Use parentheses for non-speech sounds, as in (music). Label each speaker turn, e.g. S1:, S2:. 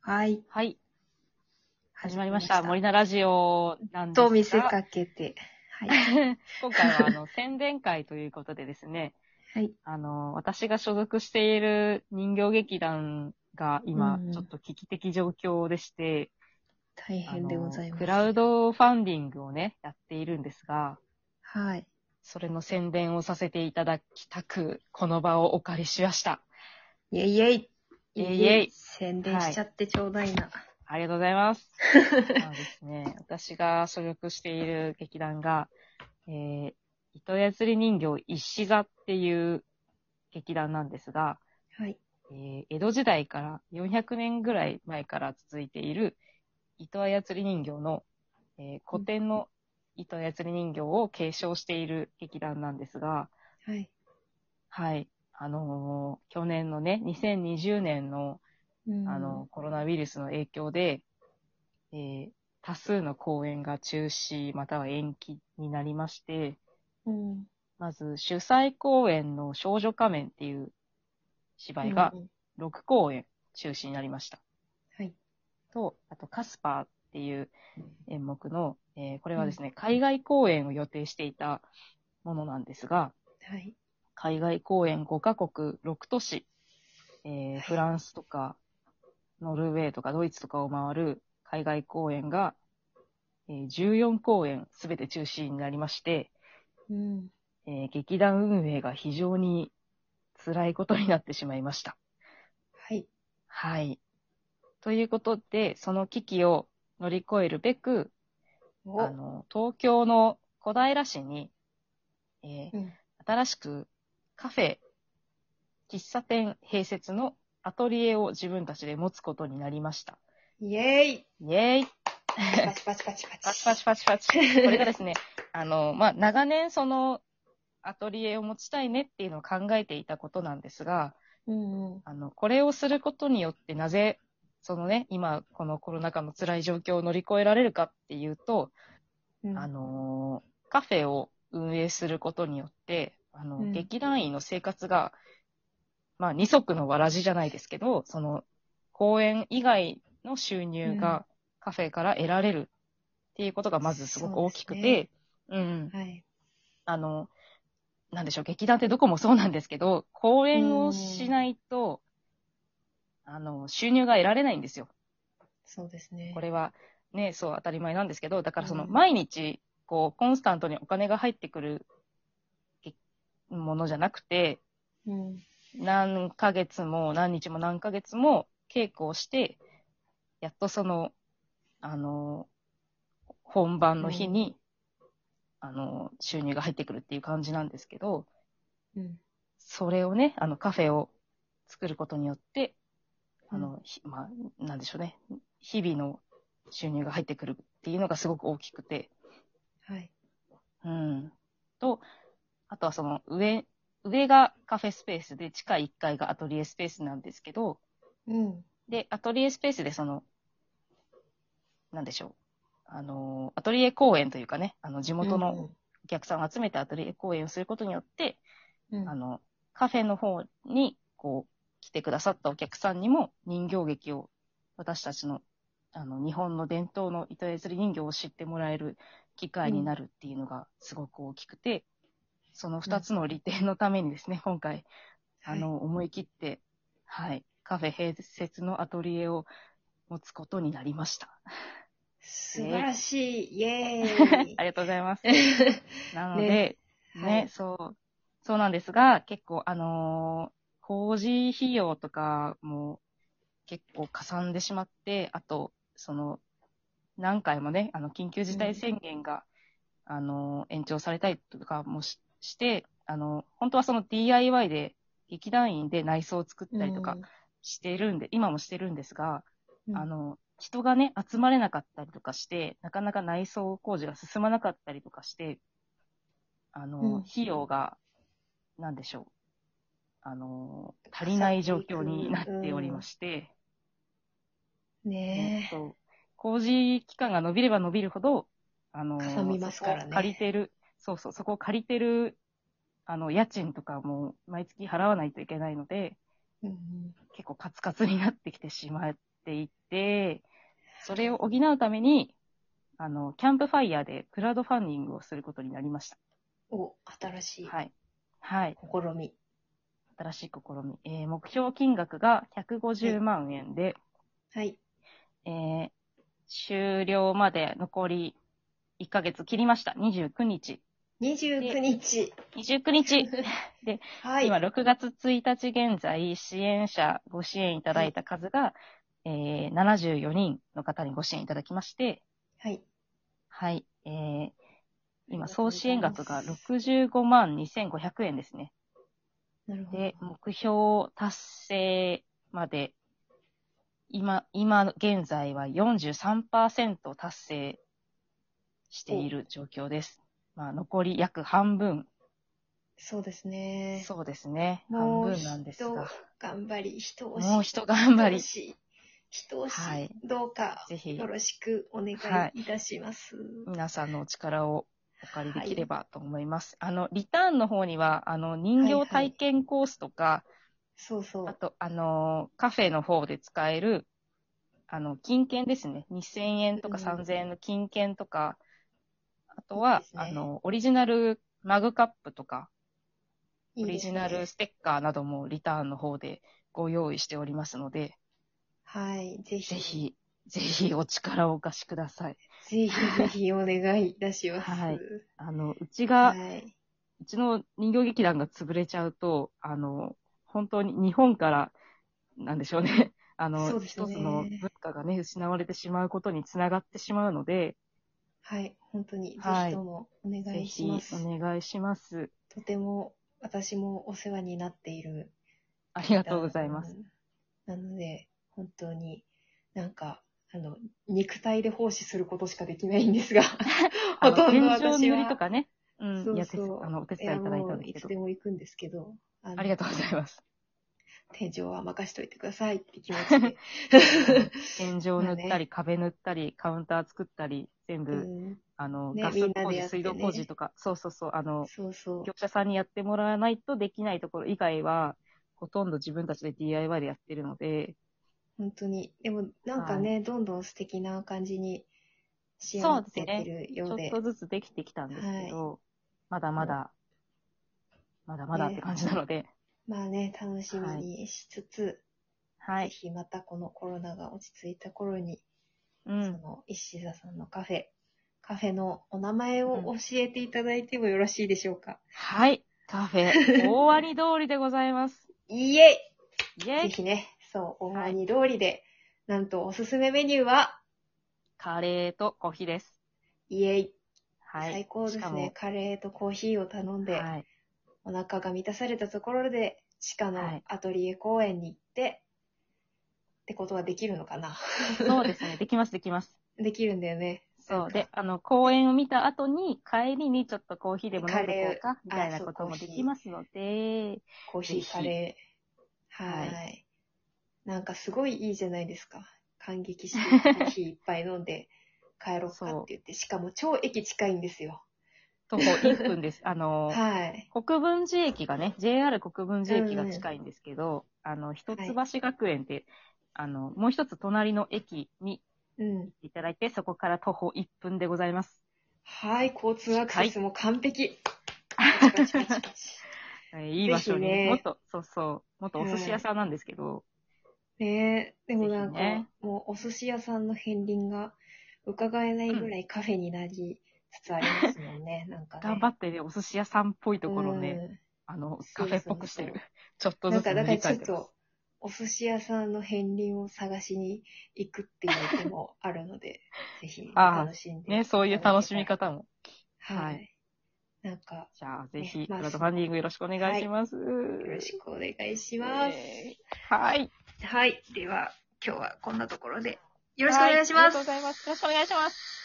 S1: はい。
S2: はい、始まりました。森
S1: 森
S2: 菜ラジオなんですが
S1: と見せかけて。はい。
S2: 今回はあの宣伝会ということでですね、 (laughs)
S1: はい。
S2: あの、私が所属している人形劇団が今、
S1: うん
S2: ちょっと危機的状況でして、
S1: 大
S2: あ
S1: 変
S2: の
S1: でございます。
S2: クラウドファンディングをね、やっているんですが、
S1: はい。
S2: それの宣伝をさせていただきたく、この場をお借りしました。
S1: イェイイェイ
S2: イェイイェイ
S1: 宣伝しちゃってちょうだいな。
S2: ありがとうございます。まあですね、私が所属している劇団が、えー、糸やつり人形一子座っていう劇団なんですが、
S1: はい。
S2: えー江戸時代から400年ぐらい前から続いている糸操り人形の、えー古典の糸操り人形を継承している劇団なんですが、
S1: はい。
S2: はい。あのー去年のね、2020年の
S1: うん
S2: あの、、コロナウイルスの影響で、えー多数の公演が中止または延期になりまして、
S1: うん。
S2: まず主催公演の少女仮面っていう芝居が
S1: うんうん
S2: 6公演中止になりました。
S1: はい。
S2: と、あとカスパーっていう演目の、えーこれはですね、海外公演を予定していたものなんですが、
S1: はい。
S2: 海外公演5カ国6都市、えーフランスとか、ノルウェーとかドイツとかを回る海外公演が、えー14公演すべて中止になりまして、
S1: うん。
S2: えー劇団運営が非常に辛いことになってしまいました。
S1: はい。
S2: はい。ということで、その危機を乗り越えるべく、
S1: お
S2: あの、東京の小平市に、えー
S1: うん。
S2: 新しくカフェ、喫茶店併設のアトリエを自分たちで持つことになりました。
S1: イェイ
S2: イェーイ
S1: パチパチパチパチ。
S2: パチパチパチパチ。これがですね、 (laughs) あの、まあ、長年そのアトリエを持ちたいねっていうのを考えていたことなんですが、
S1: (laughs) うんうん。
S2: あの、これをすることによってなぜ、そのね、今このコロナ禍の辛い状況を乗り越えられるかっていうと、
S1: うん
S2: あ、のーカフェを運営することによって、あの、
S1: うん
S2: 劇団員の生活が、まあ、二足のわらじじゃないですけど、その、公演以外の収入
S1: うん
S2: がカフェから得られるっていうことがまずすごく大きくて、うん。
S1: はい。
S2: あの、なんでしょう、劇団ってどこもそうなんですけど、公演をしないと、あの、収入が得られないんですよ。
S1: そうですね。
S2: これはね、そう当たり前なんですけど、だからその
S1: うん
S2: 毎日、こう、コンスタントにお金が入ってくるげものじゃなくて、
S1: うん。
S2: 何ヶ月も何日も何ヶ月も稽古をして、やっとその、あの、本番の日に、あの、収入が入ってくるっていう感じなんですけど、
S1: うん。
S2: それをね、あの、カフェを作ることによって、あ
S1: うん、
S2: の、ひまあ、なんでしょうね。日々の収入が入ってくるっていうのがすごく大きくて。
S1: はい。
S2: うん。と、あとはその上、上がカフェスペースで、地下1階がアトリエスペースなんですけど、
S1: うん。
S2: で、アトリエスペースでその、なんでしょう。あの、アトリエ公演というかね、あの、地元のお客さんを集めてアトリエ公演をすることによって、
S1: うん、うん。
S2: あの、カフェの方に、こう、来てくださったお客さんにも人形劇を、私たちの、あの、日本の伝統の糸譲り人形を知ってもらえる機会になるっていうのがすごく大きくて、その二つの利点のためにですね、今
S1: (laughs)
S2: 回、あの、思い切って、はい、カフェ併設のアトリエを持つことになりました。
S1: 素晴らしい、イエーイ
S2: (laughs) ありがとうございます。なので、
S1: ね
S2: ね、
S1: はい
S2: そう、そうなんですが、結構、あのー工事費用とかも結構かさんでしまって、あと、その、何回もね、あの、緊急事態宣言が、あのー延長されたりとかもしして、あの、本当はその DIY で、劇団員で内装を作ったりとかしてるんで、今もしてるんですが、
S1: うん、
S2: あの、人がね、集まれなかったりとかして、なかなか内装工事が進まなかったりとかして、あの、
S1: うん
S2: 費用が、なんでしょう。あの、足りない状況になっておりまして、
S1: ねえ。
S2: そう工事期間が伸びれば伸びるほど、あの、
S1: かさみますからね
S2: そこを借りてる、そうそう、そこを借りてる、あの、家賃とかも毎月払わないといけないので、
S1: うん
S2: 結構カツカツになってきてしまっっていて、それを補うために、あの、キャンプファイヤーでクラウドファンディングをすることになりました。
S1: お、新しい
S2: はい。はい。
S1: 試み。
S2: 新しい試み。えー目標金額が150万円で、
S1: はい。
S2: えー終了まで残り1ヶ月切りました。29日。
S1: 29日。
S2: 29日、
S1: はい。
S2: 今6月1日現在、支援者、ご支援いただいた数が、えー74人の方にご支援いただきまして、
S1: はい。
S2: はい、えー今、
S1: ありがとうござい
S2: 総
S1: ます
S2: 支援額が65万2500円ですね。
S1: なるほど
S2: で。、目標達成まで、今、今現在は43%達成している状況です。まあ、残り約半分。
S1: そうですね。
S2: そうですね。半
S1: もう
S2: 分なんですが。
S1: 頑張り、人を
S2: もう一頑張り。
S1: し、人をし、
S2: はい
S1: どうか
S2: ぜひ
S1: よ、ろしくお願い
S2: はい
S1: いたします。
S2: 皆さんのお力をお借りできればと思います。あの、リターンの方には、あの、人
S1: はいは
S2: 形
S1: い
S2: 体験コースとか、
S1: そうそ
S2: あ
S1: う。
S2: と、あのーカフェの方で使える、あの、金券ですね。2000円とか
S1: うん
S2: 3000円の金券とか、あとは、
S1: いいですね
S2: あの、オリジナルマグカップとか、
S1: いい
S2: オ
S1: で
S2: リ
S1: す
S2: ジ
S1: ね
S2: ナルステッカーなどもリターンの方でご用意しておりますので、
S1: はい。ぜひ、
S2: ぜひ、ぜひお力をお貸しください。
S1: ぜひぜひお願いいたします。
S2: はいあの、うち
S1: は
S2: が、
S1: い。
S2: うちの人形劇団が潰れちゃうと、あの、本当に日本から、なんでしょうね。 (laughs) あ
S1: そ
S2: の、
S1: うです
S2: 一
S1: ね
S2: つの文化がね、失われてしまうことにつながってしまうので、
S1: はい。本当に、ぜ
S2: はい
S1: ひともお願
S2: ぜ
S1: いし
S2: ひ
S1: ます。
S2: お願いします。
S1: とても、私もお世話になっている
S2: ありがとうございます。
S1: なので、本当に、なんか、あの、肉体で奉仕することしかできないんですが、
S2: (laughs) あ
S1: (laughs) ほ
S2: の
S1: とんど私は
S2: 天井塗りとかね、うん、
S1: そうそう
S2: やってあの、お手伝いいただいた
S1: いやも
S2: ん
S1: うい
S2: です
S1: つ
S2: け
S1: で
S2: ど、
S1: も行くんですけど、あ
S2: ありがとうございます。
S1: す。天井は任しといてくださいって気持ち
S2: (laughs)
S1: で。
S2: 天井塗った
S1: まあ
S2: り、壁塗ったり、カウンター作ったり、全部、
S1: うん
S2: あの、
S1: ね
S2: ガス
S1: みんな
S2: 工
S1: でや
S2: 事、
S1: って
S2: 水
S1: ね
S2: 道工事とか、そうそうそう、あの、
S1: そうそう
S2: 業。者さんにやってもらわないとできないところ以外は、ほとんど自分たちで DIY でやってるので、
S1: 本当に。でも、なんかね、どんどん素敵な感じに仕上がってってる
S2: ち
S1: よ
S2: ょ
S1: う
S2: っ
S1: で。
S2: とずつできてきたんですけど、まだまだ、まだまだって感じなので、
S1: まあね、楽しみにしつつ、
S2: は
S1: ぜ
S2: い。
S1: ひまたこのコロナが落ち着いた頃に、
S2: う
S1: そ
S2: ん。
S1: の石座さんのカフェ、カフェのお名前を教えていただいてもよろしいでしょうか。
S2: はい。カフ
S1: (laughs)
S2: ェ、大割通りでございます。
S1: いいえ
S2: イェ
S1: ぜ
S2: イ
S1: ひね、そう、大谷通りで、なんとおすすめメニューは、
S2: カレーとコーヒーです。
S1: イエイ。
S2: はい。
S1: 最高で
S2: し
S1: す
S2: か
S1: ね
S2: も。
S1: カレーとコーヒーを頼んで、
S2: はい。
S1: お腹が満たされたところで、地下
S2: は
S1: の
S2: い
S1: アトリエ公園に行って、ってことはできるのかな (laughs)
S2: そうですね。できます、できます。
S1: できるんだよね。(laughs)
S2: そ
S1: なん
S2: う。
S1: か
S2: で、あの、公演を見た後に、帰りにちょっとコーヒーでも飲んでいこうか、み
S1: カレー
S2: たいなこともできますので、
S1: コーヒ
S2: ぜ
S1: ー、
S2: ひ
S1: カレー。は
S2: はいい
S1: なんかすごいいいじゃないですか。感激
S2: (laughs)
S1: して、コーヒーいっぱい飲んで、帰ろうかって言って、しかも超駅近いんですよ。
S2: 徒歩1分です。あの、
S1: (laughs) はい。
S2: 国分寺駅がね、JR 国分寺駅が近いんですけど、あの、一橋学園って、あの、もう一つ隣の駅に
S1: うん。
S2: 行っていただいて、そこから徒歩1分でございます。
S1: はい、交通アクセスも完璧。
S2: (laughs)
S1: パチパチパチパチ
S2: えーいい場所に、
S1: ぜひね
S2: もっと、そうそう、もっとお寿司屋さんなんですけど、
S1: ねえ、でもなんか、
S2: ぜひね
S1: もうお寿司屋さんの片鱗が伺えないぐらいカフェになりつつありますもんね。なんかね。
S2: 頑張ってね、お寿司屋さんっぽいところをね、
S1: ね。
S2: あの、
S1: そ
S2: カ
S1: うそうそう
S2: フェっぽくしてる。 (laughs) ちょっと
S1: な
S2: ず
S1: ん
S2: つ塗
S1: か、だから
S2: り
S1: ち
S2: 替
S1: ょ
S2: え
S1: って
S2: ます
S1: と。、お寿司屋さんの片鱗を探しに行くっていう手もあるの
S2: (laughs)
S1: で、ぜひ
S2: ああ
S1: 楽しんで。
S2: ね、そういう楽しみ。方も。
S1: は
S2: はいい。
S1: なんか、
S2: じゃあ、ぜ
S1: ね
S2: ひ、ク
S1: まあ
S2: ラウドファンディングよろしくお願いします。
S1: よろしくお願いし
S2: く
S1: ます。
S2: はい。
S1: はい、では今日はこんなところでよろしくお願いします。
S2: はありがとうございます。よろしくお願いします。